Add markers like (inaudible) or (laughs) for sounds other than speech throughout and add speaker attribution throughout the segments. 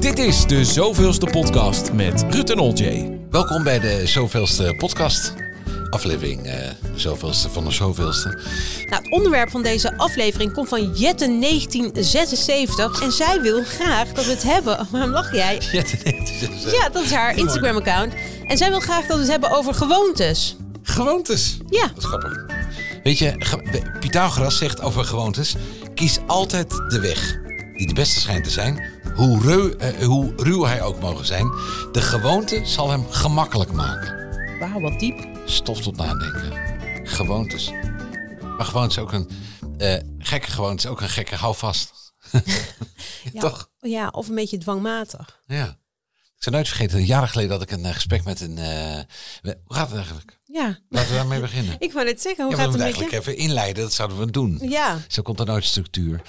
Speaker 1: Dit is de zoveelste podcast met Ruud en Oljay.
Speaker 2: Welkom bij de zoveelste podcast. Aflevering eh, de zoveelste van de zoveelste.
Speaker 3: Nou, het onderwerp van deze aflevering komt van Jette 1976. En zij wil graag dat we het hebben. (laughs) Waarom lach jij?
Speaker 2: (laughs) Ja, dit is, eh,
Speaker 3: Ja, dat is haar Instagram-account. En zij wil graag dat we het hebben over gewoontes.
Speaker 2: Gewoontes.
Speaker 3: Ja,
Speaker 2: Dat is grappig. Weet je, ge- Pythagoras zegt over gewoontes. Kies altijd de weg die de beste schijnt te zijn. Hoe, reu, eh, hoe ruw hij ook mogen zijn. De gewoonte zal hem gemakkelijk maken.
Speaker 3: wauw, wat diep.
Speaker 2: Stof tot nadenken. Gewoontes. Maar gewoontes ook een... eh, gekke gewoontes, ook een gekke houvast.
Speaker 3: (laughs)
Speaker 2: (laughs)
Speaker 3: Ja,
Speaker 2: Toch?
Speaker 3: Ja, of een beetje dwangmatig.
Speaker 2: Ja. Ik zou nooit vergeten, jaren geleden had ik een eh, gesprek met een... eh, we- hoe gaat het eigenlijk?
Speaker 3: Ja,
Speaker 2: Laten we daarmee beginnen.
Speaker 3: ik wou net zeggen, (laughs) hoe
Speaker 2: ja, we
Speaker 3: gaat
Speaker 2: moeten
Speaker 3: het met
Speaker 2: eigenlijk
Speaker 3: je?
Speaker 2: even inleiden, dat zouden we doen.
Speaker 3: Ja,
Speaker 2: Zo komt er nooit structuur.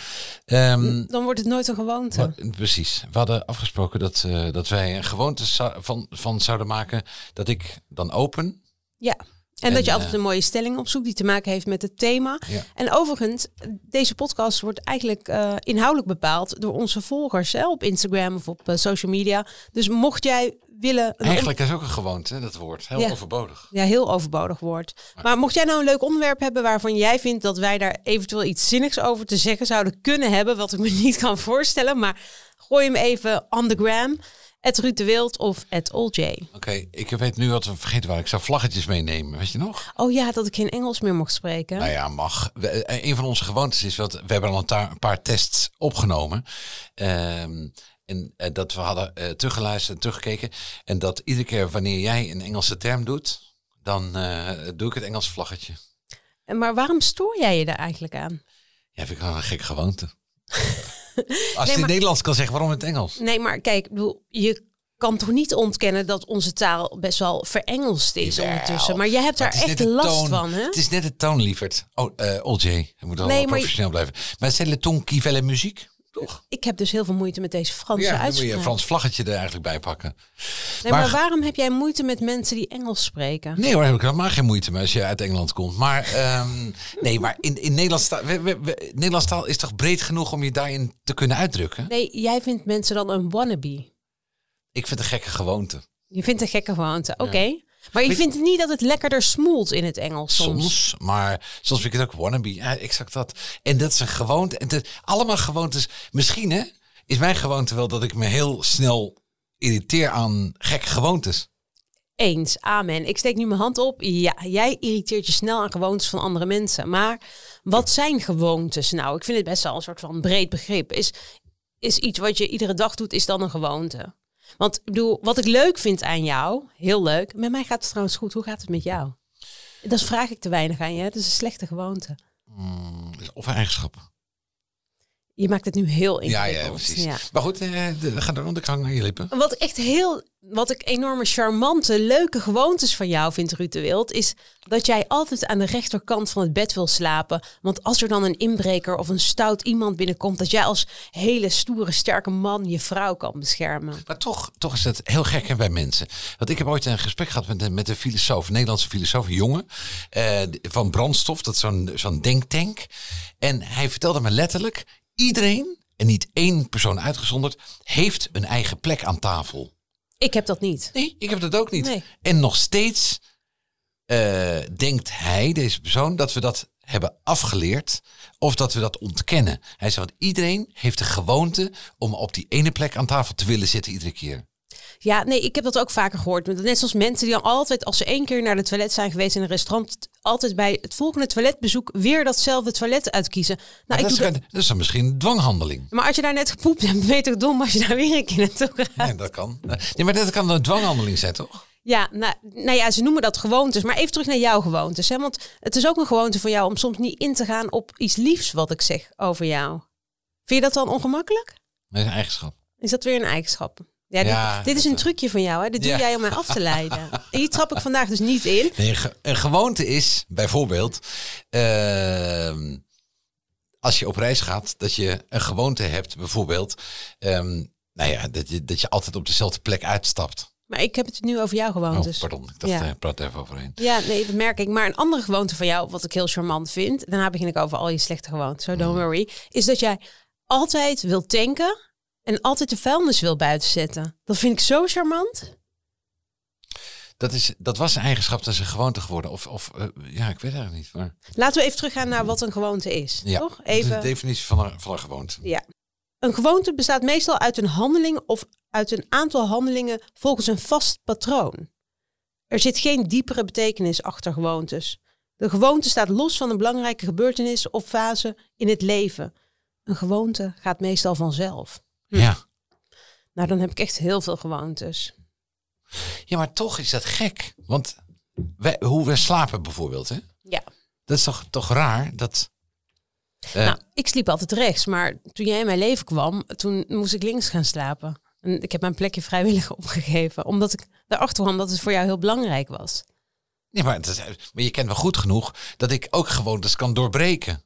Speaker 2: Ehm,
Speaker 3: dan wordt het nooit een gewoonte.
Speaker 2: wa- precies. We hadden afgesproken dat, eh, dat wij een gewoonte zou- van, van zouden maken dat ik dan open.
Speaker 3: Ja. En,
Speaker 2: En,
Speaker 3: dat je
Speaker 2: eh,
Speaker 3: altijd een mooie stelling opzoekt die te maken heeft met het thema.
Speaker 2: Ja.
Speaker 3: En overigens, deze podcast wordt eigenlijk eh, inhoudelijk bepaald door onze volgers hè, op Instagram of op eh, social media. Dus mocht jij willen. een
Speaker 2: Eigenlijk is ook een gewoonte, dat woord. Heel
Speaker 3: Ja.
Speaker 2: overbodig.
Speaker 3: ja, heel overbodig wordt. Maar mocht jij nou een leuk onderwerp hebben waarvan jij vindt dat wij daar eventueel iets zinnigs over te zeggen zouden kunnen hebben, wat ik me (laughs) niet kan voorstellen, maar gooi hem even on the gram. Het Ruud de Wild of het Oljay.
Speaker 2: Oké, ik weet nu wat we vergeten waren. Ik zou vlaggetjes meenemen, weet je nog?
Speaker 3: Oh ja, dat ik geen Engels meer mocht spreken.
Speaker 2: Nou ja, mag. We- eh, een van onze gewoontes is, wat we hebben al een, ta- een paar tests opgenomen. Ehm, en eh, dat we hadden eh, teruggeluisterd en teruggekeken. En dat iedere keer wanneer jij een Engelse term doet, dan eh, doe ik het Engels vlaggetje.
Speaker 3: En Maar waarom stoor jij je daar eigenlijk aan?
Speaker 2: Ja, vind ik wel een gek
Speaker 3: (laughs)
Speaker 2: gewoonte. Als je het in
Speaker 3: maar-
Speaker 2: Nederlands kan zeggen, waarom in het Engels?
Speaker 3: Nee, maar kijk, ik bedoel, je kan toch niet ontkennen dat onze taal best wel verengeld is
Speaker 2: Jawel.
Speaker 3: ondertussen. Maar jij hebt
Speaker 2: Maar
Speaker 3: daar
Speaker 2: het is
Speaker 3: echt
Speaker 2: net de
Speaker 3: last
Speaker 2: toon.
Speaker 3: van, hè?
Speaker 2: Het is net de toon, lieverd. Oh, eh OJ, we moeten
Speaker 3: Nee,
Speaker 2: wel
Speaker 3: maar-
Speaker 2: professioneel blijven. Maar het is de toon qui fait la muziek, toch?
Speaker 3: Ik heb dus heel veel moeite met deze Franse
Speaker 2: Ja, dan moet
Speaker 3: uitspraak.
Speaker 2: je een Frans vlaggetje er eigenlijk bij pakken.
Speaker 3: nee, maar,
Speaker 2: maar-
Speaker 3: waarom heb jij moeite met mensen die Engels spreken?
Speaker 2: Nee hoor, heb ik helemaal geen moeite mee als je uit Engeland komt. Maar ehm, nee, maar in, in Nederlands, taal, we- we- we- Nederlands taal is toch breed genoeg om je daarin te kunnen uitdrukken?
Speaker 3: Nee, jij vindt mensen dan een wannabe.
Speaker 2: Ik vind het een gekke gewoonte.
Speaker 3: Je vindt een gekke gewoonte, oké. Maar je vindt niet dat het lekkerder smoelt in het Engels soms.
Speaker 2: Soms, maar soms vind ik het ook wannabe. Ja, exact dat. En dat is een gewoonte. En dat, allemaal gewoontes. Misschien hè, is mijn gewoonte wel dat ik me heel snel irriteer aan gekke gewoontes.
Speaker 3: Eens, amen. Ik steek nu mijn hand op. Ja, jij irriteert je snel aan gewoontes van andere mensen. Maar wat zijn gewoontes nou? Ik vind het best wel een soort van breed begrip. Is, is iets wat je iedere dag doet, is dan een gewoonte? Want ik bedoel, wat ik leuk vind aan jou, heel leuk. Met mij gaat het trouwens goed. Hoe gaat het met jou? Dat vraag ik te weinig aan je. Het is een slechte gewoonte.
Speaker 2: Of eigenschap.
Speaker 3: Je maakt het nu heel
Speaker 2: Ja,
Speaker 3: ingewikkeld.
Speaker 2: ja, precies.
Speaker 3: Ja.
Speaker 2: Maar goed, eh, de- we gaan er ik hang naar je lippen.
Speaker 3: Wat ik echt heel, wat ik enorme charmante, leuke gewoontes van jou vind, Ruud de Wild, is dat jij altijd aan de rechterkant van het bed wil slapen. Want als er dan een inbreker of een stout iemand binnenkomt, dat jij als hele stoere, sterke man je vrouw kan beschermen.
Speaker 2: Maar toch, toch is het heel gek hè, bij mensen. Want ik heb ooit een gesprek gehad met een, met een filosoof, een Nederlandse filosoof, een jongen, eh, van brandstof, dat is zo'n zo'n denktank. En hij vertelde me letterlijk, iedereen, en niet één persoon uitgezonderd, heeft een eigen plek aan tafel.
Speaker 3: Ik heb dat niet.
Speaker 2: Nee, ik heb dat ook niet.
Speaker 3: Nee.
Speaker 2: En nog steeds eh, denkt hij, deze persoon, dat we dat hebben afgeleerd of dat we dat ontkennen. Hij zei, want iedereen heeft de gewoonte om op die ene plek aan tafel te willen zitten iedere keer.
Speaker 3: Ja, nee, ik heb dat ook vaker gehoord. Want Net zoals mensen die dan altijd, als ze één keer naar de toilet zijn geweest in een restaurant, altijd bij het volgende toiletbezoek weer datzelfde toilet uitkiezen. Nou, ik
Speaker 2: dat,
Speaker 3: doe
Speaker 2: is,
Speaker 3: dat.
Speaker 2: geen- dat is dan misschien een dwanghandeling.
Speaker 3: Maar als je daar net gepoept hebt, ben je toch dom als je daar weer een keer naartoe gaat.
Speaker 2: Nee, dat kan. Nee, maar dat kan een dwanghandeling zijn, toch?
Speaker 3: Ja, nou, nou ja, ze noemen dat gewoontes. Maar even terug naar jouw gewoontes. Hè? Want het is ook een gewoonte van jou om soms niet in te gaan op iets liefs wat ik zeg over jou. Vind je dat dan ongemakkelijk?
Speaker 2: Dat is een eigenschap.
Speaker 3: Is dat weer een eigenschap? Ja, dit-
Speaker 2: Ja,
Speaker 3: dit, is een trucje van jou. Hè? Dit doe
Speaker 2: Ja.
Speaker 3: jij om mij af te leiden. En die trap ik vandaag dus niet in.
Speaker 2: Nee, ge- een gewoonte is bijvoorbeeld, ehm, als je op reis gaat, dat je een gewoonte hebt, bijvoorbeeld, ehm, nou ja, dat je, dat je altijd op dezelfde plek uitstapt.
Speaker 3: Maar ik heb het nu over jouw
Speaker 2: Oh,
Speaker 3: gewoontes.
Speaker 2: pardon, ik dacht,
Speaker 3: dus- Ja.
Speaker 2: eh, ik praat er even overheen.
Speaker 3: ja, nee, dat merk ik. Maar een andere gewoonte van jou, wat ik heel charmant vind.
Speaker 2: Hmm.
Speaker 3: Daarna begin ik over al je slechte gewoontes. So don't worry. Is dat jij altijd wil tanken En altijd de vuilnis wil buiten zetten. Dat vind ik zo charmant.
Speaker 2: Dat, is, dat was een eigenschap, dat is een gewoonte geworden. Of, of eh, ja, ik weet eigenlijk niet. Maar,
Speaker 3: Laten we even teruggaan naar wat een gewoonte is.
Speaker 2: ja,
Speaker 3: Toch?
Speaker 2: Dat is de
Speaker 3: Even.
Speaker 2: definitie van een, van een gewoonte.
Speaker 3: Ja. Een gewoonte bestaat meestal uit een handeling of uit een aantal handelingen volgens een vast patroon. Er zit geen diepere betekenis achter gewoontes. De gewoonte staat los van een belangrijke gebeurtenis of fase in het leven. Een gewoonte gaat meestal vanzelf.
Speaker 2: Ja.
Speaker 3: Nou, dan heb ik echt heel veel gewoontes.
Speaker 2: ja, maar toch is dat gek. Want wij, hoe we slapen bijvoorbeeld, hè?
Speaker 3: Ja.
Speaker 2: dat is toch, toch raar? Dat, eh,
Speaker 3: Nou, ik sliep altijd rechts, maar toen jij in mijn leven kwam, toen moest ik links gaan slapen. En ik heb mijn plekje vrijwillig (laughs) opgegeven, omdat ik daarachter kwam dat het voor jou heel belangrijk was.
Speaker 2: nee, maar, dat, maar je kent me goed genoeg dat ik ook gewoontes kan doorbreken.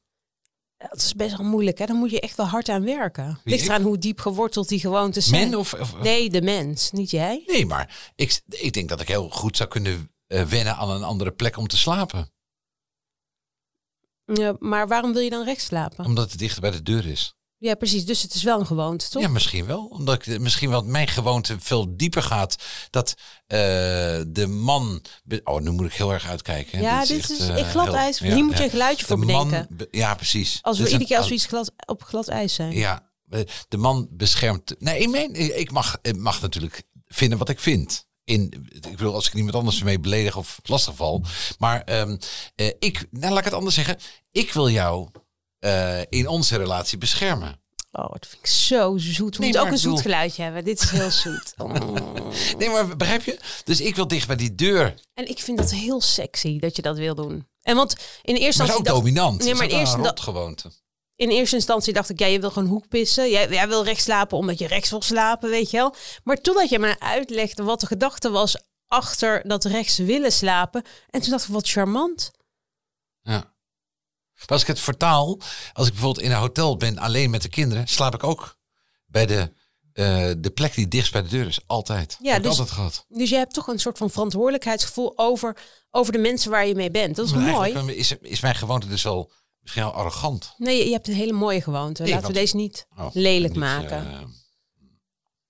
Speaker 3: Ja, Dat is best wel moeilijk, hè? Daar moet je echt wel hard aan werken.
Speaker 2: Wie,
Speaker 3: Ligt
Speaker 2: ik?
Speaker 3: eraan hoe diep geworteld die gewoontes zijn.
Speaker 2: Men of, of, of-
Speaker 3: Nee, de mens, niet jij.
Speaker 2: Nee, maar ik, ik denk dat ik heel goed zou kunnen eh, wennen aan een andere plek om te slapen.
Speaker 3: Ja, maar waarom wil je dan rechts slapen?
Speaker 2: Omdat het dichter bij de deur is.
Speaker 3: Ja, precies. Dus het is wel een gewoonte, toch?
Speaker 2: Ja, misschien wel. Omdat ik, eh, misschien wel mijn gewoonte veel dieper gaat. Dat eh, de man. be- Oh, nu moet ik heel erg uitkijken. hè.
Speaker 3: Ja, dit is
Speaker 2: eh,
Speaker 3: echt glad
Speaker 2: heel-
Speaker 3: ijs.
Speaker 2: ja,
Speaker 3: Hier moet je
Speaker 2: ja.
Speaker 3: een geluidje voor
Speaker 2: De man
Speaker 3: bedenken.
Speaker 2: be- ja, precies.
Speaker 3: Als we
Speaker 2: Dit is
Speaker 3: iedere keer als
Speaker 2: een-
Speaker 3: we iets glad, op glad ijs zijn.
Speaker 2: Ja, eh, de man beschermt. Nee, ik, meen, eh, ik mag, ik mag natuurlijk vinden wat ik vind. In, ik bedoel, als ik niemand anders ermee beledig of lastigval. Maar ehm, eh, ik, nou laat ik het anders zeggen. Ik wil jou eh, in onze relatie beschermen.
Speaker 3: Oh, dat vind ik zo zoet. We
Speaker 2: Nee,
Speaker 3: moeten ook
Speaker 2: maar ik
Speaker 3: een zoet
Speaker 2: bedoel-
Speaker 3: geluidje hebben. Dit is heel zoet.
Speaker 2: (laughs)
Speaker 3: Oh.
Speaker 2: Nee, maar begrijp je? Dus ik wil dicht bij die deur.
Speaker 3: En ik vind dat heel sexy dat je dat wil doen. En want in eerste
Speaker 2: Maar dat is
Speaker 3: instantie...
Speaker 2: ook
Speaker 3: dacht-
Speaker 2: dominant.
Speaker 3: Nee, maar
Speaker 2: dat is
Speaker 3: in
Speaker 2: ook
Speaker 3: eerste
Speaker 2: een
Speaker 3: da-
Speaker 2: rotgewoonte.
Speaker 3: in eerste instantie dacht ik, ja, je wil gewoon hoek pissen. Jij, jij wil rechts slapen omdat je rechts wil slapen, weet je wel. Maar totdat je mij uitlegde wat de gedachte was achter dat rechts willen slapen. En toen dacht ik, wat charmant.
Speaker 2: Ja. Maar als ik het vertaal, als ik bijvoorbeeld in een hotel ben alleen met de kinderen, slaap ik ook bij de, eh, de plek die dichtst bij de deur is. Altijd.
Speaker 3: Ja,
Speaker 2: Heb ik
Speaker 3: dus-
Speaker 2: altijd gehad.
Speaker 3: Dus je hebt toch een soort van verantwoordelijkheidsgevoel over, over de mensen waar je mee bent. Dat is
Speaker 2: Maar
Speaker 3: mooi.
Speaker 2: eigenlijk eh, Is, is mijn gewoonte dus wel misschien wel arrogant.
Speaker 3: Nee, je- je hebt een hele mooie gewoonte.
Speaker 2: Nee,
Speaker 3: Laten we
Speaker 2: want-
Speaker 3: deze niet
Speaker 2: Oh,
Speaker 3: lelijk
Speaker 2: niet,
Speaker 3: maken.
Speaker 2: eh,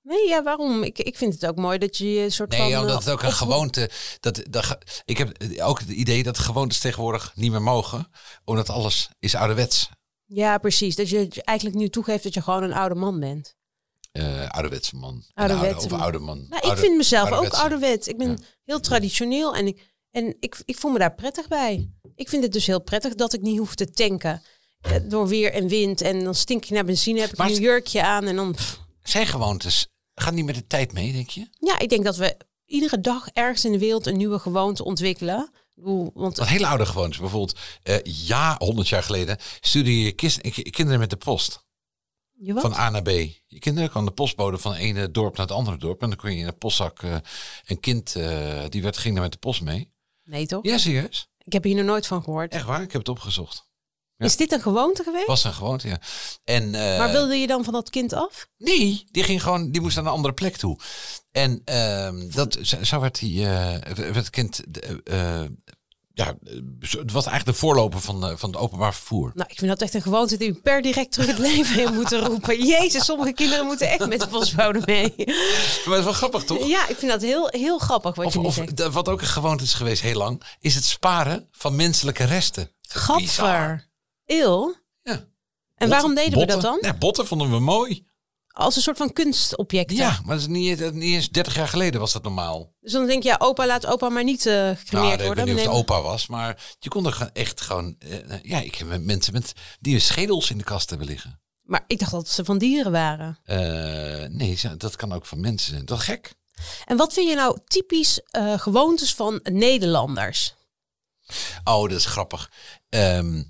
Speaker 3: Nee, ja, waarom? Ik, ik vind het ook mooi dat je je een soort van...
Speaker 2: nee, omdat
Speaker 3: eh,
Speaker 2: het ook een
Speaker 3: oproept.
Speaker 2: gewoonte. Dat, dat, ge- ik heb eh, ook het idee dat gewoontes tegenwoordig niet meer mogen, omdat alles is ouderwets.
Speaker 3: Ja, precies. Dat je eigenlijk nu toegeeft dat je gewoon een oude man bent.
Speaker 2: Eh ouderwetse man. Een
Speaker 3: Ouderwetse
Speaker 2: oude,
Speaker 3: man.
Speaker 2: of oude man.
Speaker 3: Nou, ik
Speaker 2: Oude-
Speaker 3: vind mezelf ook
Speaker 2: ouderwetse.
Speaker 3: ouderwet. Ik ben
Speaker 2: Ja.
Speaker 3: heel traditioneel en, ik, en ik, ik voel me daar prettig bij. Ik vind het dus heel prettig dat ik niet hoef te tanken. eh, Door weer en wind en dan stink je naar benzine, heb ik
Speaker 2: Maar
Speaker 3: een
Speaker 2: het-
Speaker 3: jurkje aan en dan... pff.
Speaker 2: Zijn gewoontes gaan niet met de tijd mee, denk je?
Speaker 3: Ja, ik denk dat we iedere dag ergens in de wereld een nieuwe gewoonte ontwikkelen. Ik bedoel, Want
Speaker 2: Want hele oude gewoontes, bijvoorbeeld, eh, ja, 100 jaar geleden stuurde je je kis- eh, ki- kinderen met de post
Speaker 3: je wat?
Speaker 2: van A naar B. Je kinderen kwam de postbode van het ene dorp naar het andere dorp en dan kon je in een postzak eh, een kind eh, die werd ging daar met de post mee.
Speaker 3: Nee toch?
Speaker 2: Ja, serieus?
Speaker 3: Ik heb hier nog nooit van gehoord.
Speaker 2: Echt waar? Ik heb het opgezocht. ja.
Speaker 3: Is dit een gewoonte geweest?
Speaker 2: Was een gewoonte. Ja. En eh,
Speaker 3: Maar wilde je dan van dat kind af?
Speaker 2: nee, die ging gewoon, die moest naar een andere plek toe. En ehm, dat zo zo werd die eh, werd het kind eh, eh, ja, eh, zo- het was eigenlijk de voorloper van, eh, van het openbaar vervoer.
Speaker 3: Nou, ik vind dat echt een gewoonte die we per direct terug het (laughs) leven in moeten roepen. Jezus, sommige kinderen moeten echt met de postbode mee.
Speaker 2: (laughs) Maar dat is wel grappig, toch?
Speaker 3: Ja, ik vind dat heel, heel grappig wat
Speaker 2: Of,
Speaker 3: je nu
Speaker 2: of
Speaker 3: zegt.
Speaker 2: de- wat ook een gewoonte is geweest heel lang, is het sparen van menselijke resten. Bizar.
Speaker 3: Gadver. Eeuw.
Speaker 2: Ja.
Speaker 3: En waarom deden we dat dan?
Speaker 2: Ja, botten vonden we mooi.
Speaker 3: Als een soort van kunstobject.
Speaker 2: Ja, maar dat is niet, dat is niet eens 30 jaar geleden was dat normaal.
Speaker 3: Dus dan denk je, ja, opa laat opa maar niet eh gecremeerd
Speaker 2: Nou, ik weet
Speaker 3: worden.
Speaker 2: niet of het
Speaker 3: Nee.
Speaker 2: opa was, maar je kon er gewoon echt gewoon... eh, ja, ik heb mensen met, die schedels in de kast hebben liggen.
Speaker 3: Maar ik dacht dat ze van dieren waren.
Speaker 2: Eh, nee, ze- dat kan ook van mensen zijn. Dat is gek.
Speaker 3: En wat vind je nou typisch eh, gewoontes van Nederlanders?
Speaker 2: Oh, dat is grappig. Ehm,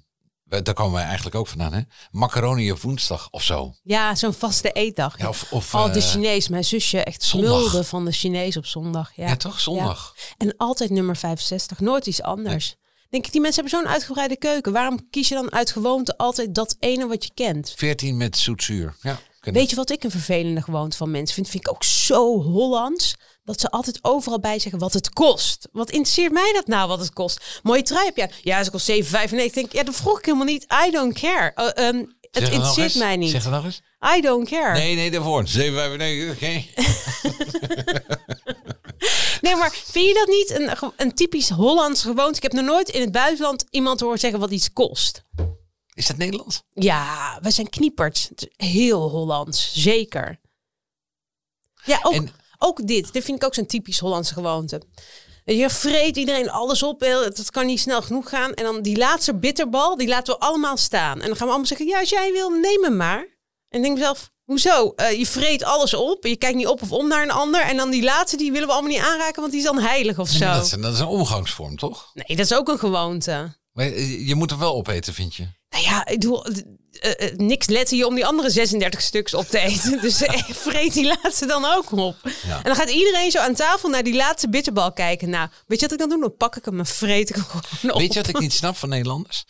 Speaker 2: we- daar komen wij eigenlijk ook vandaan, hè? Macaroni op woensdag of zo.
Speaker 3: Ja, zo'n vaste eetdag.
Speaker 2: Ja, of, of,
Speaker 3: Al de
Speaker 2: eh,
Speaker 3: Chinees, mijn zusje echt
Speaker 2: zondag.
Speaker 3: smulde van de Chinees op zondag. Ja.
Speaker 2: Ja, toch? Zondag.
Speaker 3: En altijd nummer 65, nooit iets anders. Denk ik, die mensen hebben zo'n uitgebreide keuken. Waarom kies je dan uit gewoonte altijd dat ene wat je kent?
Speaker 2: 14 met zoetzuur. Ja, kunnen.
Speaker 3: Weet je wat ik een vervelende gewoonte van mensen vind? Vind ik ook zo Hollands. Dat ze altijd overal bij zeggen wat het kost. Wat interesseert mij dat nou wat het kost? Mooie trui heb je. aan. Ja, ze kost 7,95. Denk ik, Ja, dat vroeg ik helemaal niet. I don't care. Eh, ehm, het
Speaker 2: dat nog
Speaker 3: interesseert
Speaker 2: nou eens?
Speaker 3: mij niet.
Speaker 2: Zeg dat nog eens.
Speaker 3: I don't care. Nee.
Speaker 2: Nee, nee, daarvoor. 795, oké.
Speaker 3: maar vind je dat niet een, ge- een typisch Hollandse gewoonte? Ik heb nog nooit in het buitenland iemand horen zeggen wat iets kost.
Speaker 2: Is dat Nederlands?
Speaker 3: Ja, we zijn kniepert. Het is Heel Hollands, zeker. Ja, ook,
Speaker 2: En-
Speaker 3: ook dit. Dit vind ik ook zo'n typisch Hollandse gewoonte. Je vreet iedereen alles op. heel- Dat kan niet snel genoeg gaan. En dan die laatste bitterbal, die laten we allemaal staan. En dan gaan we allemaal zeggen, ja, als jij wil, neem hem maar. En ik denk mezelf, hoezo? Eh, je vreet alles op. Je kijkt niet op of om naar een ander. En dan die laatste, die willen we allemaal niet aanraken, want die is dan heilig of zo.
Speaker 2: Dat is, dat is een omgangsvorm, toch?
Speaker 3: Nee, dat is ook een gewoonte.
Speaker 2: Maar eh, je moet er wel opeten, vind je?
Speaker 3: Nou ja, ik bedoel, d- eh, eh, niks letten je om die andere 36 stuks op te eten. (laughs) Dus eh, vreet die laatste dan ook op. En dan gaat iedereen zo aan tafel naar die laatste bitterbal kijken. Nou, weet je wat ik dan doe? Dan pak ik hem en vreet ik hem gewoon op.
Speaker 2: Weet je wat ik niet snap van Nederlanders?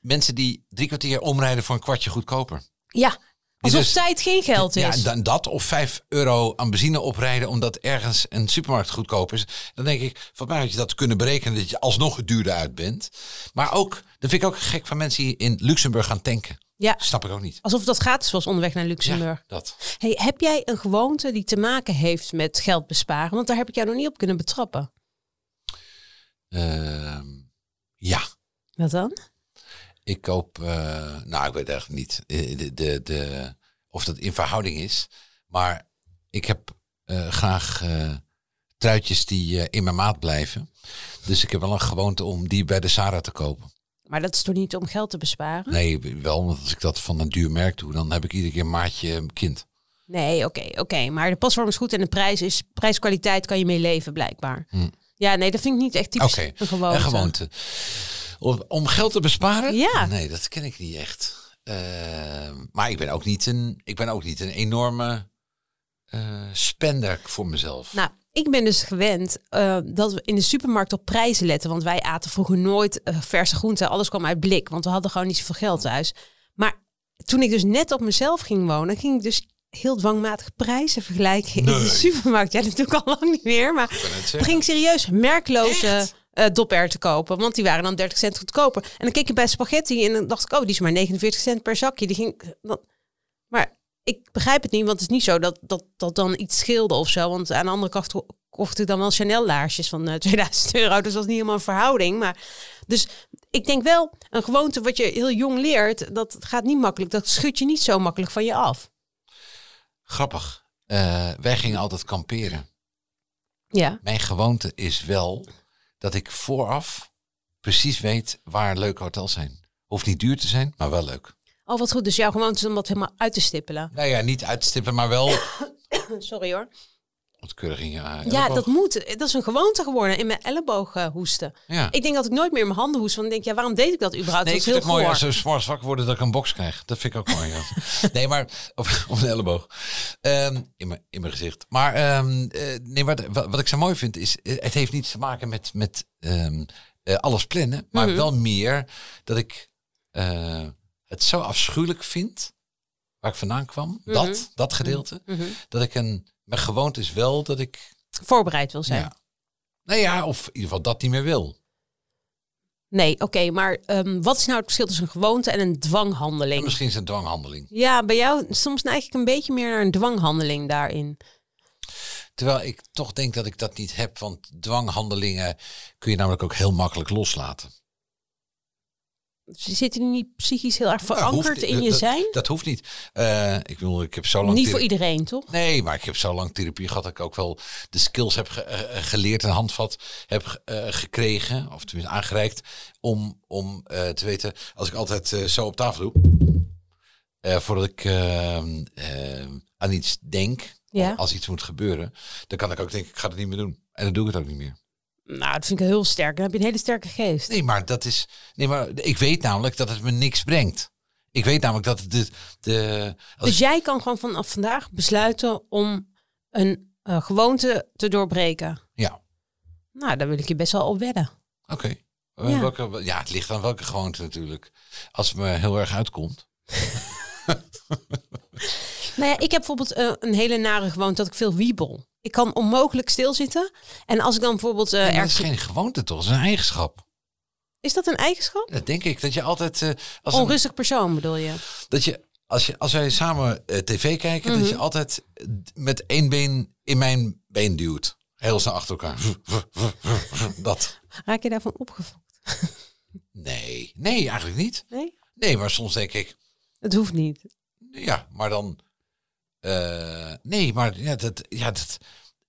Speaker 2: Mensen die drie kwartier omrijden voor een kwartje goedkoper.
Speaker 3: Ja, alsof
Speaker 2: dus-
Speaker 3: tijd geen geld is.
Speaker 2: Ja, dan dat of 5 euro aan benzine oprijden omdat ergens een supermarkt goedkoop is. Dan denk ik, van mij had je dat kunnen berekenen dat je alsnog het duurder uit bent. Maar ook, dat vind ik ook gek van mensen die in Luxemburg gaan tanken.
Speaker 3: Ja.
Speaker 2: Snap ik ook niet.
Speaker 3: Alsof dat gratis was onderweg naar Luxemburg.
Speaker 2: Ja, dat.
Speaker 3: Hey, heb jij een gewoonte die te maken heeft met geld besparen? Want daar heb ik jou nog niet op kunnen betrappen.
Speaker 2: Ehm, ja,
Speaker 3: Wat dan?
Speaker 2: ik koop, eh, nou ik weet eigenlijk niet eh, de, de, de, of dat in verhouding is. Maar ik heb eh, graag eh, truitjes die eh, in mijn maat blijven. Dus ik heb wel een gewoonte om die bij de Sara te kopen.
Speaker 3: Maar dat is toch niet om geld te besparen?
Speaker 2: Nee, wel, omdat als ik dat van een duur merk doe, dan heb ik iedere keer een maatje eh, kind.
Speaker 3: Nee, oké, oké. Maar de pasvorm is goed en de prijs is prijskwaliteit kan je mee leven blijkbaar. Ja, nee, dat vind ik niet echt typisch
Speaker 2: Hm. Oké,
Speaker 3: een gewoonte.
Speaker 2: Een gewoonte. Om, om geld te besparen?
Speaker 3: Ja.
Speaker 2: Nee, dat ken ik niet echt. Eh, maar ik ben ook niet een, ik ben ook niet een enorme eh, spender voor mezelf.
Speaker 3: Nou, ik ben dus gewend eh, dat we in de supermarkt op prijzen letten. Want wij aten vroeger nooit eh, verse groenten. Alles kwam uit blik, want we hadden gewoon niet zoveel geld thuis. Maar toen ik dus net op mezelf ging wonen, ging ik dus heel dwangmatig prijzen vergelijken in
Speaker 2: Nee.
Speaker 3: de supermarkt. Ja, dat doe ik al lang niet meer, maar
Speaker 2: het zeggen.
Speaker 3: dan ging ik serieus merkloze eh doperwten kopen, want die waren dan 30 cent goedkoper. En dan keek ik bij spaghetti en dan dacht ik, oh, die is maar 49 cent per zakje. Die ging, dan- maar ik begrijp het niet, want het is niet zo dat dat, dat dan iets scheelde of zo. Want aan de andere kant ko- kocht ik dan wel Chanel laarsjes van eh, (laughs) 2000 euro. Dus dat was niet helemaal een verhouding. Maar, dus ik denk wel, een gewoonte wat je heel jong leert, dat gaat niet makkelijk. Dat schud je niet zo makkelijk van je af.
Speaker 2: Grappig. Eh, wij gingen altijd kamperen.
Speaker 3: Ja.
Speaker 2: Mijn gewoonte is wel dat ik vooraf precies weet waar leuke hotels zijn. Hoeft niet duur te zijn, maar wel leuk.
Speaker 3: Oh, wat goed. Dus jouw gewoonte is om dat helemaal uit te stippelen.
Speaker 2: Nou ja, niet uitstippen, maar wel
Speaker 3: Sorry hoor.
Speaker 2: ontkeuring.
Speaker 3: Ja, dat moet. Dat is een gewoonte geworden. In mijn elleboog eh, hoesten.
Speaker 2: Ja.
Speaker 3: Ik denk dat ik nooit meer in mijn handen hoest. Want ik denk, ja, waarom deed ik dat überhaupt?
Speaker 2: Nee, ik
Speaker 3: dat
Speaker 2: vind
Speaker 3: is
Speaker 2: het
Speaker 3: heel
Speaker 2: mooi
Speaker 3: goor.
Speaker 2: als ze s'morgens wakker worden dat ik een box krijg. Dat vind ik ook mooi. ja.
Speaker 3: (laughs)
Speaker 2: nee, maar of, of een elleboog. Ehm, in, mijn, in mijn gezicht. Maar, ehm, eh, nee, maar de- wat, wat ik zo mooi vind is, eh, het heeft niets te maken met, met ehm, eh, alles plannen. Maar
Speaker 3: Mhm.
Speaker 2: wel meer dat ik eh, het zo afschuwelijk vind, waar ik vandaan kwam,
Speaker 3: Mhm.
Speaker 2: dat, dat gedeelte, dat ik een, mijn gewoonte is wel dat ik,
Speaker 3: Voorbereid wil zijn.
Speaker 2: ja, nou ja, of in ieder geval dat niet meer wil.
Speaker 3: Nee, oké, maar ehm, wat is nou het verschil tussen een gewoonte en een dwanghandeling?
Speaker 2: Misschien is het een dwanghandeling.
Speaker 3: Ja, bij jou soms neig ik een beetje meer naar een dwanghandeling daarin.
Speaker 2: Terwijl ik toch denk dat ik dat niet heb, want dwanghandelingen kun je namelijk ook heel makkelijk loslaten.
Speaker 3: Dus Zitten die niet psychisch heel erg
Speaker 2: Nou,
Speaker 3: verankerd
Speaker 2: hoeft-
Speaker 3: in je
Speaker 2: dat-
Speaker 3: zijn?
Speaker 2: Dat hoeft niet. Eh, ik bedoel, ik heb zo lang.
Speaker 3: Niet voor
Speaker 2: thera-
Speaker 3: iedereen, toch?
Speaker 2: Nee, maar ik heb zo lang therapie gehad dat ik ook wel de skills heb ge- eh, eh, geleerd en handvat heb ge- eh, gekregen, of tenminste aangereikt, om, om eh, te weten, als ik altijd eh, zo op tafel doe, eh, voordat ik ehm, ehm, aan iets denk,
Speaker 3: Ja.
Speaker 2: als iets moet gebeuren, dan kan ik ook denken, ik ga het niet meer doen. En dan doe ik het ook niet meer.
Speaker 3: Nou, dat vind ik heel sterk. Dan heb je een hele sterke geest.
Speaker 2: Nee, maar dat is. Nee, maar ik weet namelijk dat het me niks brengt. Ik weet namelijk dat het de. de als-
Speaker 3: Dus jij kan gewoon vanaf vandaag besluiten om een eh, gewoonte te doorbreken.
Speaker 2: ja,
Speaker 3: Nou, daar wil ik je best wel op wedden.
Speaker 2: oké. Eh,
Speaker 3: Ja.
Speaker 2: welke- Ja, het ligt aan welke gewoonte natuurlijk. Als het me heel erg uitkomt.
Speaker 3: Eh, Nou ja, ik heb bijvoorbeeld eh, een hele nare gewoonte dat ik veel wiebel. Ik kan onmogelijk stilzitten. En als ik dan bijvoorbeeld eh,
Speaker 2: Maar dat
Speaker 3: ergens...
Speaker 2: is geen gewoonte toch? Dat is een eigenschap.
Speaker 3: Is dat een eigenschap?
Speaker 2: Dat denk ik. Dat je altijd. eh, als een-
Speaker 3: Onrustig persoon bedoel je?
Speaker 2: dat je Als, je, als wij samen eh, tv kijken, dat
Speaker 3: Mhm.
Speaker 2: je altijd eh, met één been in mijn been duwt. Heel snel achter elkaar. (laughs) Dat.
Speaker 3: Raak je daarvan opgefokt?
Speaker 2: Nee, nee, eigenlijk niet.
Speaker 3: Nee?
Speaker 2: Nee, maar soms denk ik,
Speaker 3: Het hoeft niet.
Speaker 2: ja, maar dan. eh, nee, maar ja, dat, ja, dat.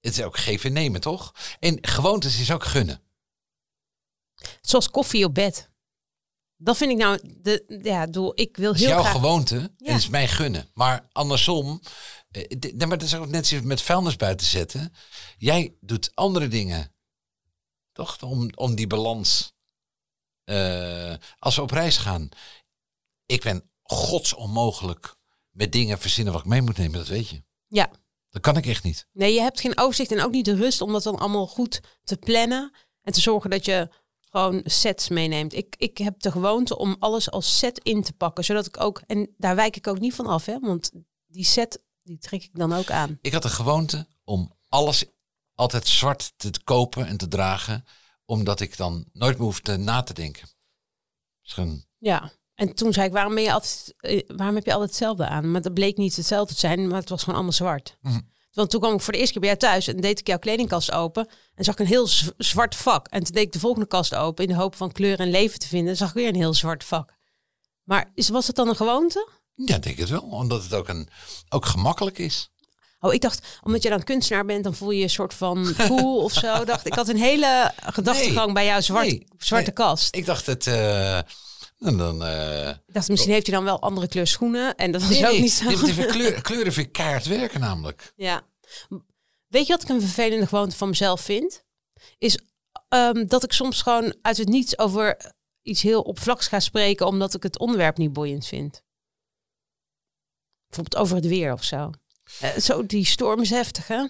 Speaker 2: Het is ook geven en nemen, toch? En gewoontes is ook gunnen.
Speaker 3: Zoals koffie op bed. Dat vind ik nou, de, ja, doel, ik wil
Speaker 2: Het is
Speaker 3: heel
Speaker 2: jouw
Speaker 3: graag...
Speaker 2: gewoonte
Speaker 3: Ja.
Speaker 2: en het is mij gunnen. Maar andersom, eh, d- nee, maar dat is ook net zoals met vuilnis buiten zetten. Jij doet andere dingen, toch? Om, om die balans. Eh, als we op reis gaan, ik ben godsonmogelijk met dingen verzinnen wat ik mee moet nemen, dat weet je.
Speaker 3: Ja.
Speaker 2: Dat kan ik echt niet.
Speaker 3: Nee, je hebt geen overzicht en ook niet de rust om dat dan allemaal goed te plannen. En te zorgen dat je gewoon sets meeneemt. Ik, ik heb de gewoonte om alles als set in te pakken. Zodat ik ook, en daar wijk ik ook niet van af, hè. Want die set, die trek ik dan ook aan.
Speaker 2: Ik had de gewoonte om alles altijd zwart te kopen en te dragen, omdat ik dan nooit meer hoefde na te denken. Dus Dat is gewoon
Speaker 3: Ja. En toen zei ik, waarom, ben je altijd, eh, waarom heb je altijd hetzelfde aan? Maar dat bleek niet hetzelfde te zijn, maar het was gewoon allemaal zwart.
Speaker 2: Mhm.
Speaker 3: Want toen kwam ik voor de eerste keer bij jou thuis en deed ik jouw kledingkast open. En zag ik een heel z- zwart vak. En toen deed ik de volgende kast open in de hoop van kleur en leven te vinden. zag ik weer een heel zwart vak. Maar is, was dat dan een gewoonte?
Speaker 2: Ja, ik denk het wel. Omdat het ook, een, ook gemakkelijk is.
Speaker 3: Oh, ik dacht, omdat je dan kunstenaar bent, dan voel je je een soort
Speaker 2: (laughs)
Speaker 3: van cool of zo. Dacht, ik had een hele gedachtegang bij jouw zwart,
Speaker 2: nee,
Speaker 3: zwarte
Speaker 2: nee.
Speaker 3: kast.
Speaker 2: Ik dacht het... eh, nou, dan, eh,
Speaker 3: Ik dacht, misschien heeft hij dan wel andere kleur schoenen. En dat was
Speaker 2: nee,
Speaker 3: ook
Speaker 2: nee,
Speaker 3: niet zo.
Speaker 2: nee, want ik vind kleur- kleuren vind ik kaart werken namelijk.
Speaker 3: Ja. Weet je wat ik een vervelende gewoonte van mezelf vind? Is ehm, dat ik soms gewoon uit het niets over iets heel opvlaks ga spreken omdat ik het onderwerp niet boeiend vind. Bijvoorbeeld over het weer of zo. Eh, zo, die storm is heftig, hè?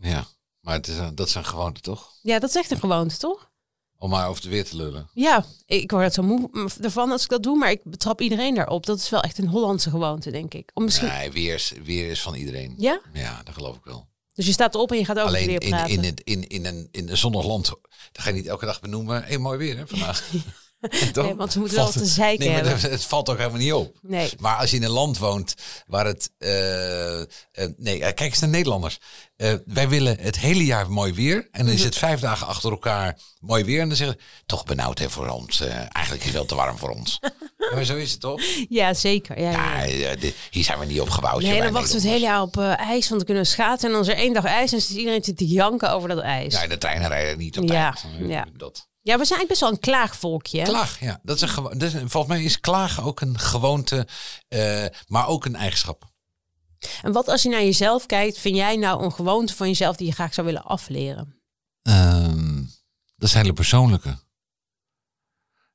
Speaker 2: Ja, maar het is een, dat is een gewoonte toch?
Speaker 3: Ja, dat is echt een gewoonte, toch?
Speaker 2: Om maar over de weer te lullen.
Speaker 3: Ja, ik word er zo moe m- ervan als ik dat doe, maar ik betrap iedereen daarop. Dat is wel echt een Hollandse gewoonte, denk ik. Of misschien...
Speaker 2: Nee, weer is, weer is van iedereen.
Speaker 3: Ja?
Speaker 2: Ja, dat geloof ik wel.
Speaker 3: Dus je staat erop en je gaat over
Speaker 2: Alleen
Speaker 3: het weer
Speaker 2: in,
Speaker 3: praten.
Speaker 2: in, het- in, in, een, in een zonnig land, dat ga je niet elke dag benoemen. Hé, mooi weer hè,
Speaker 3: (laughs)
Speaker 2: vandaag. (laughs) Toch?
Speaker 3: Nee, want ze moeten wel
Speaker 2: Valt-
Speaker 3: wat te zeiken
Speaker 2: nee, maar
Speaker 3: hebben.
Speaker 2: dat- Het valt ook helemaal niet op.
Speaker 3: Nee.
Speaker 2: Maar als je in een land woont waar het. eh, eh, nee, eh, kijk eens naar Nederlanders. Eh, wij willen het hele jaar mooi weer. En dan is
Speaker 3: Mhm.
Speaker 2: het vijf dagen achter elkaar mooi weer. En dan zeggen ze, toch benauwd hè, voor ons. eh, eigenlijk is het wel te warm voor
Speaker 3: (laughs)
Speaker 2: ons. Ja, maar zo is het toch?
Speaker 3: Ja, zeker. Ja, ja, ja.
Speaker 2: Ja, eh, dit- hier zijn we niet op gebouwd.
Speaker 3: Nee,
Speaker 2: hè,
Speaker 3: dan
Speaker 2: wij
Speaker 3: wachten we het hele
Speaker 2: Nederlanders.
Speaker 3: jaar op eh, ijs, want dan kunnen we schaatsen. En dan is er één dag ijs en zit iedereen te janken over dat ijs.
Speaker 2: Ja,
Speaker 3: Ja,
Speaker 2: de treinen rijden niet op
Speaker 3: Ja,
Speaker 2: tijd.
Speaker 3: ja.
Speaker 2: Dat.
Speaker 3: we zijn eigenlijk best wel een klaagvolkje. hè?
Speaker 2: Klaag, ja. Dat is een gewo- dat is een- volgens mij is klagen ook een gewoonte, eh, maar ook een eigenschap.
Speaker 3: En wat als je naar jezelf kijkt, vind jij nou een gewoonte van jezelf die je graag zou willen afleren?
Speaker 2: Ehm, dat is hele persoonlijke.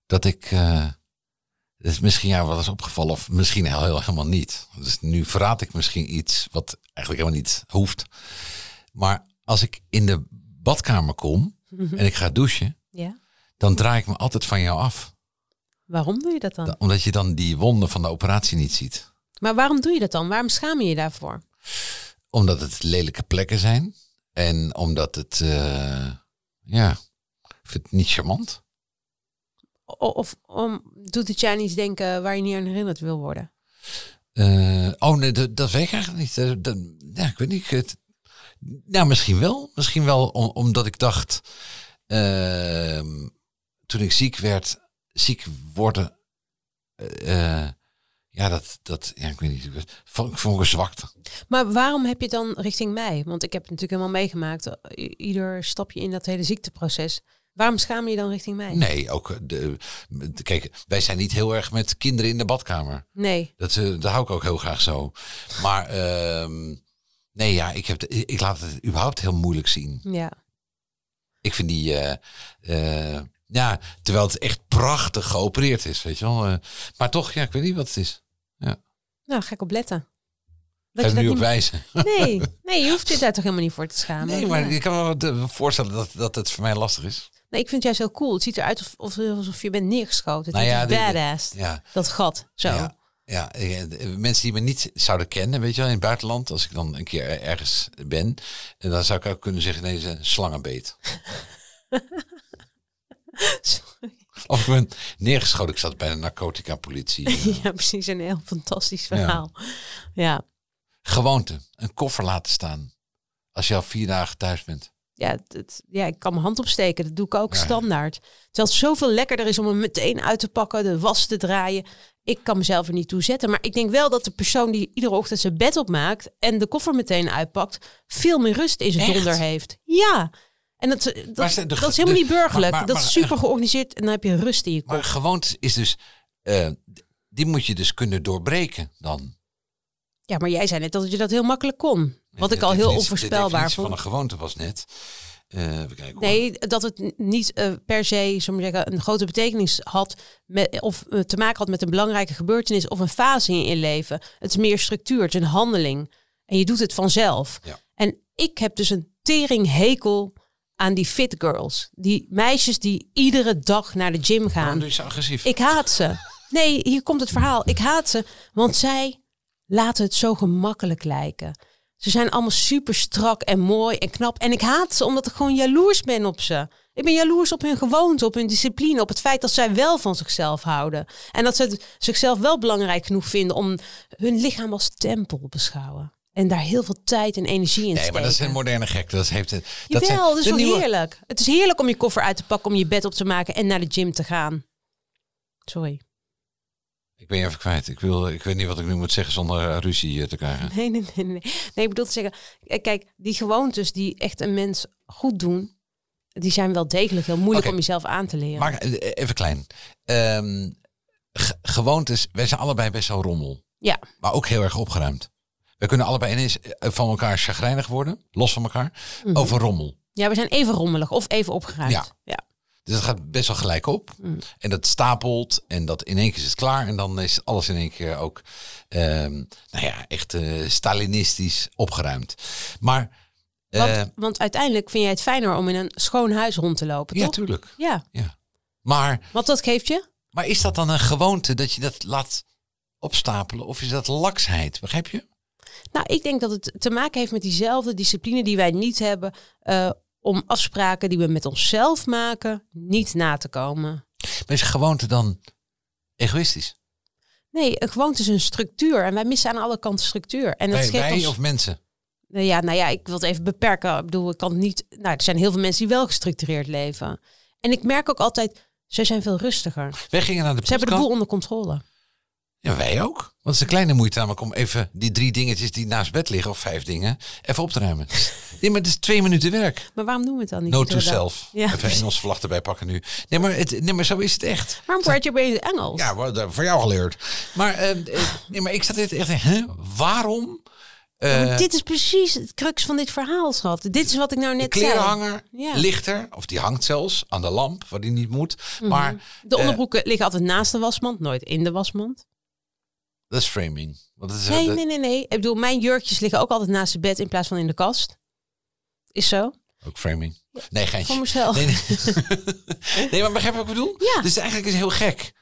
Speaker 2: Dat ik. eh dat is misschien jou wel eens opgevallen, of misschien heel, heel- helemaal niet. Dus nu verraad ik misschien iets wat eigenlijk helemaal niet hoeft. Maar als ik in de badkamer kom en ik ga douchen,
Speaker 3: Ja.
Speaker 2: dan draai ik me altijd van jou af.
Speaker 3: Waarom doe je dat dan?
Speaker 2: Da- Omdat je dan die wonden van de operatie niet ziet.
Speaker 3: Maar waarom doe je dat dan? Waarom schaam je je daarvoor?
Speaker 2: Omdat het lelijke plekken zijn. En omdat het. eh, ja, ik vind het niet charmant.
Speaker 3: O- Of om, doet het je aan iets denken waar je niet aan herinnerd wil worden?
Speaker 2: Eh, oh nee, dat, dat weet ik eigenlijk niet. Eh, dat- ja, ik weet niet. Het, nou, misschien wel. Misschien wel om- omdat ik dacht, ehm, toen ik ziek werd, ziek worden. eh, eh, ja, dat, dat ja, ik weet niet. Ik vond, ik vond ik een zwakte.
Speaker 3: Maar waarom heb je het dan richting mij? Want ik heb het natuurlijk helemaal meegemaakt, eh, i- ieder stapje in dat hele ziekteproces. Waarom schaam je je dan richting mij?
Speaker 2: Nee, ook de, kijk, wij zijn niet heel erg met kinderen in de badkamer.
Speaker 3: nee.
Speaker 2: Dat, eh, dat hou ik ook heel graag zo. Maar ehm, nee, ja, ik, heb, de- ik laat het überhaupt heel moeilijk zien.
Speaker 3: Ja.
Speaker 2: Ik vind die. eh, eh, ja, terwijl het echt prachtig geopereerd is, weet je wel. Eh, maar toch, ja, ik weet niet wat het is.
Speaker 3: Nou, ga ik op letten.
Speaker 2: Ga je
Speaker 3: je
Speaker 2: er nu op
Speaker 3: niet... (laughs)
Speaker 2: wijzen?
Speaker 3: Nee, nee, je hoeft je daar toch helemaal niet voor te schamen.
Speaker 2: Nee, maar
Speaker 3: Ja.
Speaker 2: ik kan me wel de- voorstellen dat, dat het voor mij lastig is.
Speaker 3: nee, ik vind het juist heel cool. Het ziet eruit of, of- alsof je bent neergeschoten.
Speaker 2: Nou
Speaker 3: Nou
Speaker 2: ja,
Speaker 3: ja,
Speaker 2: dit-
Speaker 3: badass.
Speaker 2: Ja.
Speaker 3: Dat gat, zo.
Speaker 2: Ja. Ja, eh, eh, mensen die me niet zouden kennen, weet je wel, in het buitenland, als ik dan een keer eh, ergens ben, eh, dan zou ik ook kunnen zeggen, nee, ze slangenbeet.
Speaker 3: Sorry.
Speaker 2: Of ik ben neergeschoten. Ik zat bij de narcotica-politie. eh,
Speaker 3: (laughs) (laughs) Ja, precies. Een heel fantastisch verhaal. Ja.
Speaker 2: Gewoonte. Een koffer laten staan. Als je al vier dagen thuis bent.
Speaker 3: Ja, het- het- ja, ik kan mijn hand opsteken. Dat doe ik ook
Speaker 2: Ja.
Speaker 3: standaard. Terwijl het zoveel lekkerder is om hem meteen uit te pakken, de was te draaien. Ik kan mezelf er niet toe zetten. Maar ik denk wel dat de persoon die iedere ochtend zijn bed opmaakt en de koffer meteen uitpakt, veel meer rust in zijn
Speaker 2: Echt?
Speaker 3: donder heeft. Ja. En dat, dat,
Speaker 2: Maar ze- de-
Speaker 3: dat is helemaal
Speaker 2: de-
Speaker 3: niet burgerlijk.
Speaker 2: maar- maar-
Speaker 3: dat is
Speaker 2: maar-
Speaker 3: super georganiseerd en dan heb je rust in je kop.
Speaker 2: Maar gewoonte is dus... eh, die moet je dus kunnen doorbreken dan.
Speaker 3: ja, maar jij zei net dat je dat heel makkelijk kon. Wat
Speaker 2: De
Speaker 3: ik al heel
Speaker 2: definitie- De
Speaker 3: onvoorspelbaar
Speaker 2: definitie
Speaker 3: vond.
Speaker 2: van een gewoonte was net... eh even kijken hoor.
Speaker 3: Nee, dat het n- niet eh, per se zullen we zeggen, een grote betekenis had. Met, of eh, te maken had met een belangrijke gebeurtenis of een fase in je leven. Het is meer structuur, het is een handeling. En je doet het vanzelf.
Speaker 2: Ja.
Speaker 3: En ik heb dus een teringhekel aan die fit girls. Die meisjes die iedere dag naar de gym
Speaker 2: Waarom
Speaker 3: gaan.
Speaker 2: doe je zo agressief?
Speaker 3: Ik haat ze. Nee, hier komt het verhaal. Ik haat ze, want zij laten het zo gemakkelijk lijken. Ze zijn allemaal super strak en mooi en knap. En ik haat ze omdat ik gewoon jaloers ben op ze. Ik ben jaloers op hun gewoonte, op hun discipline, op het feit dat zij wel van zichzelf houden. En dat ze het zichzelf wel belangrijk genoeg vinden om hun lichaam als tempel te beschouwen. En daar heel veel tijd en energie in te
Speaker 2: Nee,
Speaker 3: steken.
Speaker 2: maar dat is een moderne gek. Dat heeft het. dat zijn
Speaker 3: Jawel, dat is
Speaker 2: de
Speaker 3: wel
Speaker 2: nieuwe-
Speaker 3: heerlijk. Het is heerlijk om je koffer uit te pakken, om je bed op te maken en naar de gym te gaan. Sorry.
Speaker 2: Ik ben je even kwijt. Ik, wil, ik weet niet wat ik nu moet zeggen zonder eh, ruzie hier te krijgen.
Speaker 3: (laughs) Nee, nee, nee, nee. Nee, ik bedoel te zeggen, eh, kijk, die gewoontes die echt een mens goed doen, die zijn wel degelijk heel moeilijk
Speaker 2: Oké.
Speaker 3: om jezelf aan te leren.
Speaker 2: Maar eh, even klein. Ehm, ge- gewoontes. Wij zijn allebei best wel rommel.
Speaker 3: Ja.
Speaker 2: Maar ook heel erg opgeruimd. We kunnen allebei ineens eh, van elkaar chagrijnig worden. Los van elkaar.
Speaker 3: Mhm.
Speaker 2: Over rommel.
Speaker 3: Ja, we zijn even rommelig of even opgeruimd.
Speaker 2: Ja.
Speaker 3: ja.
Speaker 2: Dus dat gaat best wel gelijk op.
Speaker 3: Mm.
Speaker 2: En dat stapelt. En dat in één keer is het klaar. En dan is alles in één keer ook, ehm, nou ja, echt eh, Stalinistisch opgeruimd. Maar,
Speaker 3: Want,
Speaker 2: eh,
Speaker 3: want uiteindelijk vind jij het fijner om in een schoon huis rond te lopen,
Speaker 2: ja,
Speaker 3: toch?
Speaker 2: tuurlijk.
Speaker 3: Ja,
Speaker 2: Maar
Speaker 3: want dat geeft je?
Speaker 2: Maar is dat dan een gewoonte dat je dat laat opstapelen? Of is dat laksheid? Begrijp je?
Speaker 3: Nou, ik denk dat het te maken heeft met diezelfde discipline die wij niet hebben eh, om afspraken die we met onszelf maken niet na te komen.
Speaker 2: Maar is gewoonte dan egoïstisch?
Speaker 3: Nee, een gewoonte is een structuur. En wij missen aan alle kanten structuur. En dat
Speaker 2: Wij,
Speaker 3: geeft
Speaker 2: wij
Speaker 3: ons...
Speaker 2: of mensen?
Speaker 3: Nou ja, nou ja, ik wil het even beperken. Ik bedoel, ik kan het niet... Nou, er zijn heel veel mensen die wel gestructureerd leven. En ik merk ook altijd, zij zijn veel rustiger.
Speaker 2: Wij gingen naar de
Speaker 3: Ze hebben de
Speaker 2: podcast.
Speaker 3: boel onder controle.
Speaker 2: Ja, wij ook. Want het is een kleine moeite namelijk om even die drie dingetjes die naast bed liggen, of vijf dingen, even op te
Speaker 3: (laughs)
Speaker 2: ruimen. nee, maar het is twee minuten werk.
Speaker 3: Maar waarom doen we het dan niet?
Speaker 2: No to
Speaker 3: iedere dag?
Speaker 2: self.
Speaker 3: Ja,
Speaker 2: even
Speaker 3: precies.
Speaker 2: Engels vlag erbij pakken nu. Nee maar, het, nee, maar zo is het echt.
Speaker 3: Waarom praat je opeens Engels?
Speaker 2: Ja, wat, eh, van jou geleerd. Maar, eh, eh, nee, maar ik zat dit echt, hè, waarom? eh,
Speaker 3: Want dit is precies het crux van dit verhaal, schat. Dit is wat ik nou
Speaker 2: De
Speaker 3: net zei.
Speaker 2: klerenhanger,
Speaker 3: Ja.
Speaker 2: lichter, of die hangt zelfs aan de lamp, waar die niet moet.
Speaker 3: Mhm.
Speaker 2: Maar
Speaker 3: De
Speaker 2: eh,
Speaker 3: onderbroeken liggen altijd naast de wasmand, nooit in de wasmand.
Speaker 2: dat is framing. Want dat is,
Speaker 3: Nee,
Speaker 2: dat-
Speaker 3: nee, nee, nee. Ik bedoel, mijn jurkjes liggen ook altijd naast het bed in plaats van in de kast. Is zo.
Speaker 2: Ook framing. Nee,
Speaker 3: Voor
Speaker 2: geintje.
Speaker 3: mezelf.
Speaker 2: Nee, nee. (laughs) nee, maar begrijp je wat ik bedoel?
Speaker 3: Ja.
Speaker 2: Dus eigenlijk is het heel gek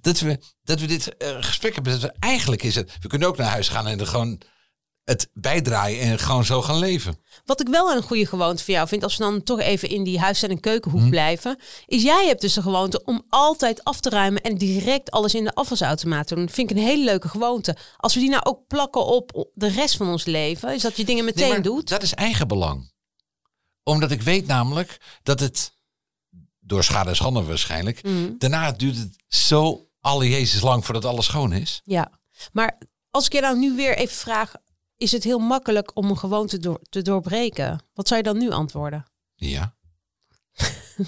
Speaker 2: dat we, dat we dit eh, gesprek hebben. Dat we, eigenlijk is het, we kunnen ook naar huis gaan en er gewoon het bijdraaien en gewoon zo gaan leven.
Speaker 3: Wat ik wel een goede gewoonte van jou vind, als we dan toch even in die huis- en keukenhoek
Speaker 2: Mhm.
Speaker 3: blijven, is jij hebt dus de gewoonte om altijd af te ruimen en direct alles in de afwasautomaat te doen. Dat vind ik een hele leuke gewoonte. Als we die nou ook plakken op de rest van ons leven, is dat je dingen meteen
Speaker 2: Nee, maar
Speaker 3: doet.
Speaker 2: Dat is eigenbelang. Omdat ik weet namelijk dat het, door schade en schande waarschijnlijk,
Speaker 3: Mm.
Speaker 2: daarna duurt het zo alle Jezus lang voordat alles schoon is.
Speaker 3: Ja, maar als ik je nou nu weer even vraag, is het heel makkelijk om een gewoonte door, te doorbreken? Wat zou je dan nu antwoorden? (laughs)
Speaker 2: Ja.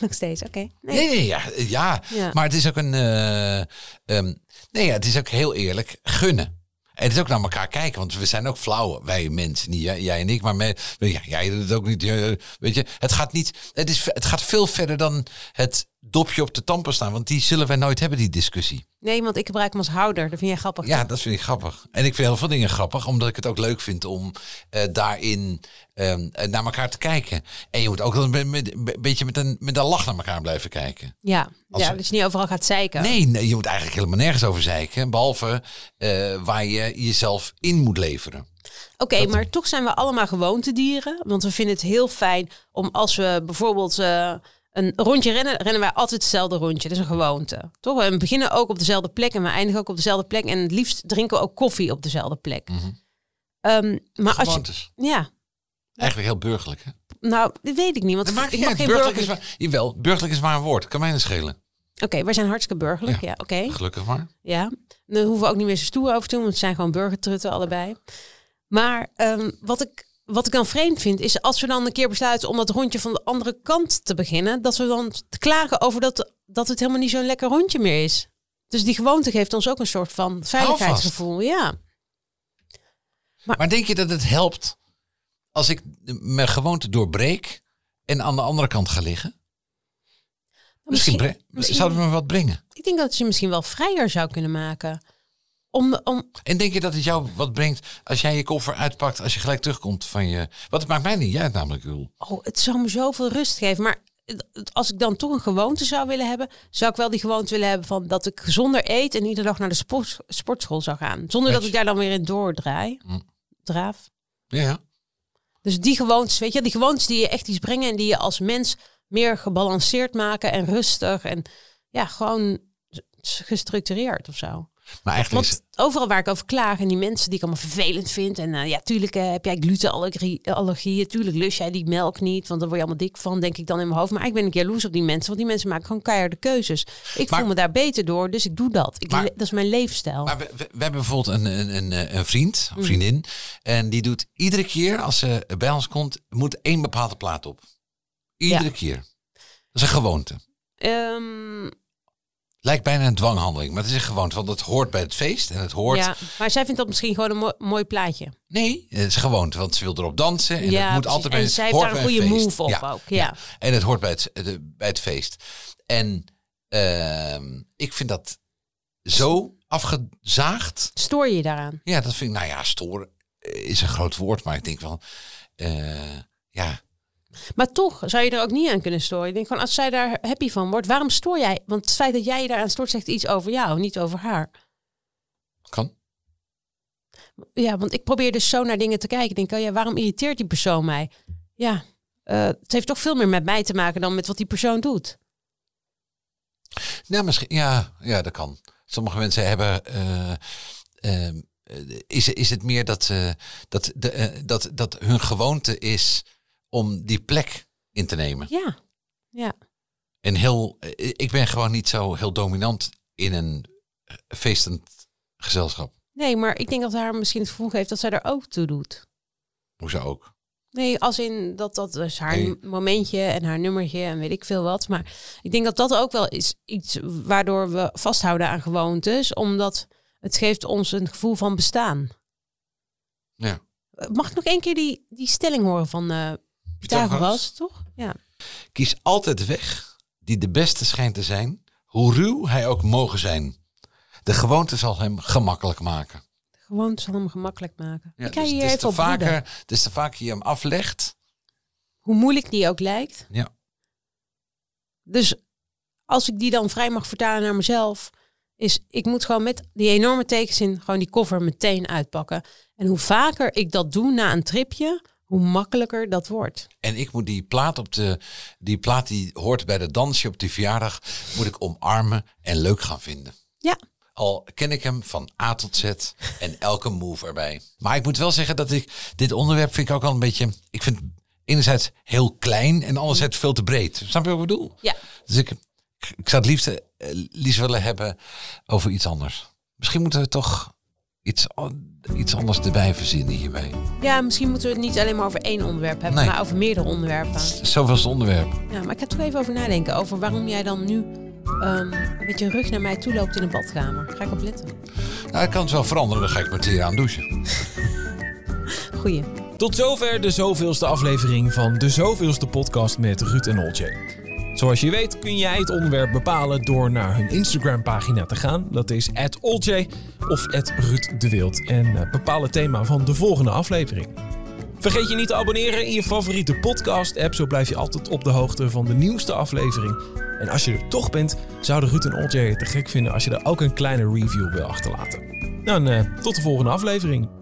Speaker 3: Nog steeds, oké. Nee.
Speaker 2: Nee, nee, ja, ja.
Speaker 3: Ja.
Speaker 2: Maar het is ook een. eh, ehm, nee, ja, het is ook heel eerlijk gunnen. En het is ook naar elkaar kijken, want we zijn ook flauw, wij mensen, niet jij, jij en ik, maar me- ja, jij doet het ook niet. eh, Weet je, het gaat niet, het, is, het gaat veel verder dan het dopje op de tampen staan, want die zullen wij nooit hebben, die discussie.
Speaker 3: nee, want ik gebruik hem als houder. Dat vind jij grappig.
Speaker 2: Ja, dat vind ik grappig. En ik vind heel veel dingen grappig, omdat ik het ook leuk vind om eh, daarin ehm, eh, naar elkaar te kijken. En je moet ook wel een be- met- be- beetje met een, met een lach naar elkaar blijven kijken.
Speaker 3: ja.
Speaker 2: Als-
Speaker 3: ja dat je niet overal gaat zeiken.
Speaker 2: Nee, nee, je moet eigenlijk helemaal nergens over zeiken, behalve eh, waar je jezelf in moet leveren.
Speaker 3: Oké, maar toch zijn we allemaal gewoontedieren. Want we vinden het heel fijn om als we bijvoorbeeld eh, een rondje rennen, rennen wij altijd hetzelfde rondje. Dat is een gewoonte. Toch? We beginnen ook op dezelfde plek en we eindigen ook op dezelfde plek. En het liefst drinken we ook koffie op dezelfde plek.
Speaker 2: Mhm.
Speaker 3: Ehm, maar als je.
Speaker 2: Gewoontes.
Speaker 3: Ja,
Speaker 2: Eigenlijk heel burgerlijk, hè?
Speaker 3: nou, dat weet ik niet. Want
Speaker 2: Dat maakt
Speaker 3: ik
Speaker 2: niet
Speaker 3: mag
Speaker 2: uit.
Speaker 3: geen
Speaker 2: Burgerlijk
Speaker 3: burger.
Speaker 2: is maar, jawel, burgerlijk is maar een woord. Kan mij niet schelen.
Speaker 3: Oké, wij zijn hartstikke burgerlijk. Ja,
Speaker 2: Ja.
Speaker 3: oké.
Speaker 2: Gelukkig maar.
Speaker 3: Ja, daar hoeven we ook niet meer zo stoer over te doen, want het zijn gewoon burgertrutten allebei. Maar ehm, wat, ik, wat ik dan vreemd vind, is als we dan een keer besluiten om dat rondje van de andere kant te beginnen, dat we dan te klagen over dat, dat het helemaal niet zo'n lekker rondje meer is. Dus die gewoonte geeft ons ook een soort van veiligheidsgevoel. Ja.
Speaker 2: Maar denk je dat het helpt als ik de- mijn gewoonte doorbreek en aan de andere kant ga liggen? Misschien, bre-
Speaker 3: misschien-
Speaker 2: zou het me wat brengen.
Speaker 3: Ik denk dat het je misschien wel vrijer zou kunnen maken. Om, om,
Speaker 2: En denk je dat het jou wat brengt als jij je koffer uitpakt, als je gelijk terugkomt van je... Want het maakt mij niet uit namelijk, Jul.
Speaker 3: oh, het zou me zoveel rust geven. Maar het- het- als ik dan toch een gewoonte zou willen hebben, zou ik wel die gewoonte willen hebben van dat ik gezonder eet en iedere dag naar de sport, sportschool zou gaan. Zonder dat
Speaker 2: Netjes.
Speaker 3: ik daar dan weer in doordraai.
Speaker 2: Hm.
Speaker 3: Draaf.
Speaker 2: Ja.
Speaker 3: Dus die gewoontes, weet je, die gewoontes die je echt iets brengen en die je als mens meer gebalanceerd maken en rustig en ja, gewoon s- gestructureerd of zo.
Speaker 2: Maar eigenlijk is
Speaker 3: Want overal waar ik over klaag en die mensen die ik allemaal vervelend vind. En eh, ja, tuurlijk eh, heb jij glutenallergie- allergieën. Tuurlijk lust jij die melk niet. Want daar word je allemaal dik van, denk ik dan in mijn hoofd. Maar ik ben ik jaloers op die mensen. Want die mensen maken gewoon keiharde keuzes. Ik
Speaker 2: Maar-
Speaker 3: voel me daar beter door, dus ik doe dat. Ik
Speaker 2: Maar-
Speaker 3: le- dat is mijn leefstijl.
Speaker 2: Maar we, we- we hebben bijvoorbeeld een, een, een, eh, een vriend
Speaker 3: Mm.
Speaker 2: of vriendin. En die doet iedere keer als ze bij ons komt, moet één bepaalde plaat op. Iedere
Speaker 3: Ja.
Speaker 2: keer. Dat is een gewoonte.
Speaker 3: Ehm,
Speaker 2: Lijkt bijna een dwanghandeling, maar het is een gewoonte. Want het hoort bij het feest en het hoort...
Speaker 3: ja. Maar zij vindt dat misschien gewoon een mo- mooi plaatje.
Speaker 2: Nee, het is een gewoonte, want ze wil erop dansen. En
Speaker 3: Ja,
Speaker 2: het moet
Speaker 3: precies.
Speaker 2: altijd bij
Speaker 3: En zij heeft
Speaker 2: hoort
Speaker 3: daar een
Speaker 2: bij
Speaker 3: goede
Speaker 2: feest.
Speaker 3: move op ook, ja.
Speaker 2: En het hoort bij het, de- bij het feest. En ehm, ik vind dat zo afgezaagd...
Speaker 3: Stoor je je daaraan?
Speaker 2: Ja, dat vind ik, nou ja, storen eh, is een groot woord, maar ik denk wel, eh, ja.
Speaker 3: Maar toch zou je er ook niet aan kunnen storen. Ik denk gewoon, als zij daar happy van wordt, waarom stoor jij? Want het feit dat jij je daaraan stoort, zegt iets over jou, niet over haar.
Speaker 2: Kan.
Speaker 3: Ja, want ik probeer dus zo naar dingen te kijken. Ik denk, oh ja, waarom irriteert die persoon mij? Ja, eh, het heeft toch veel meer met mij te maken dan met wat die persoon doet.
Speaker 2: Nou, misschien, ja, ja, dat kan. Sommige mensen hebben, eh, ehm, eh, is, is het meer dat, eh, dat, de, eh, dat, dat hun gewoonte is om die plek in te nemen.
Speaker 3: Ja, ja.
Speaker 2: En heel, eh, ik ben gewoon niet zo heel dominant in een feestend gezelschap.
Speaker 3: Nee, maar ik denk dat haar misschien het gevoel geeft dat zij er ook toe doet.
Speaker 2: Hoezo ook.
Speaker 3: Nee, als in dat dat is haar
Speaker 2: Nee.
Speaker 3: momentje en haar nummertje en weet ik veel wat. Maar ik denk dat dat ook wel is iets waardoor we vasthouden aan gewoontes. Omdat het geeft ons een gevoel van bestaan.
Speaker 2: Ja.
Speaker 3: Eh, Mag ik nog één keer die, die stelling horen van eh Pythagoras, toch? Ja.
Speaker 2: Kies altijd de weg die de beste schijnt te zijn, hoe ruw hij ook mogen zijn. De gewoonte zal hem gemakkelijk maken.
Speaker 3: Gewoon zal hem gemakkelijk maken. ik ga
Speaker 2: dus,
Speaker 3: je hier
Speaker 2: dus
Speaker 3: even
Speaker 2: te
Speaker 3: op vaker...
Speaker 2: vaker, dus te vaker je hem aflegt.
Speaker 3: Hoe moeilijk die ook lijkt.
Speaker 2: Ja.
Speaker 3: Dus als ik die dan vrij mag vertalen naar mezelf, is ik moet gewoon met die enorme tegenzin gewoon die koffer meteen uitpakken. En hoe vaker ik dat doe na een tripje, hoe makkelijker dat wordt.
Speaker 2: En ik moet die plaat op de die plaat die hoort bij de dansje op die verjaardag, moet ik omarmen en leuk gaan vinden.
Speaker 3: Ja,
Speaker 2: Al ken ik hem van A tot Z en elke move erbij. Maar ik moet wel zeggen dat ik dit onderwerp vind ik ook al een beetje. Ik vind het enerzijds heel klein en anderzijds veel te breed. Snap je wat ik bedoel?
Speaker 3: ja.
Speaker 2: Dus ik, ik zou het liefst, eh, liefst willen hebben over iets anders. Misschien moeten we toch iets, an- iets anders erbij verzinnen hierbij.
Speaker 3: ja, misschien moeten we het niet alleen maar over één onderwerp hebben,
Speaker 2: Nee.
Speaker 3: maar over meerdere onderwerpen.
Speaker 2: Zoveel is het onderwerp.
Speaker 3: Ja, maar ik ga er toch even over nadenken, over waarom jij dan nu ehm met je rug naar mij toe loopt in de badkamer. Ga ik op letten.
Speaker 2: Nou, ik kan het wel veranderen, dan ga ik mijn kleren aan douchen.
Speaker 3: Goeie.
Speaker 1: Tot zover de zoveelste aflevering van de zoveelste podcast met Ruud en Olje. Zoals je weet kun jij het onderwerp bepalen door naar hun Instagram pagina te gaan. Dat is @olje of Ruud de Wild. En eh, bepaal het thema van de volgende aflevering. Vergeet je niet te abonneren in je favoriete podcast-app. Zo blijf je altijd op de hoogte van de nieuwste aflevering. En als je er toch bent, zouden Ruud en Olje het te gek vinden als je er ook een kleine review wil achterlaten. Dan eh, tot de volgende aflevering.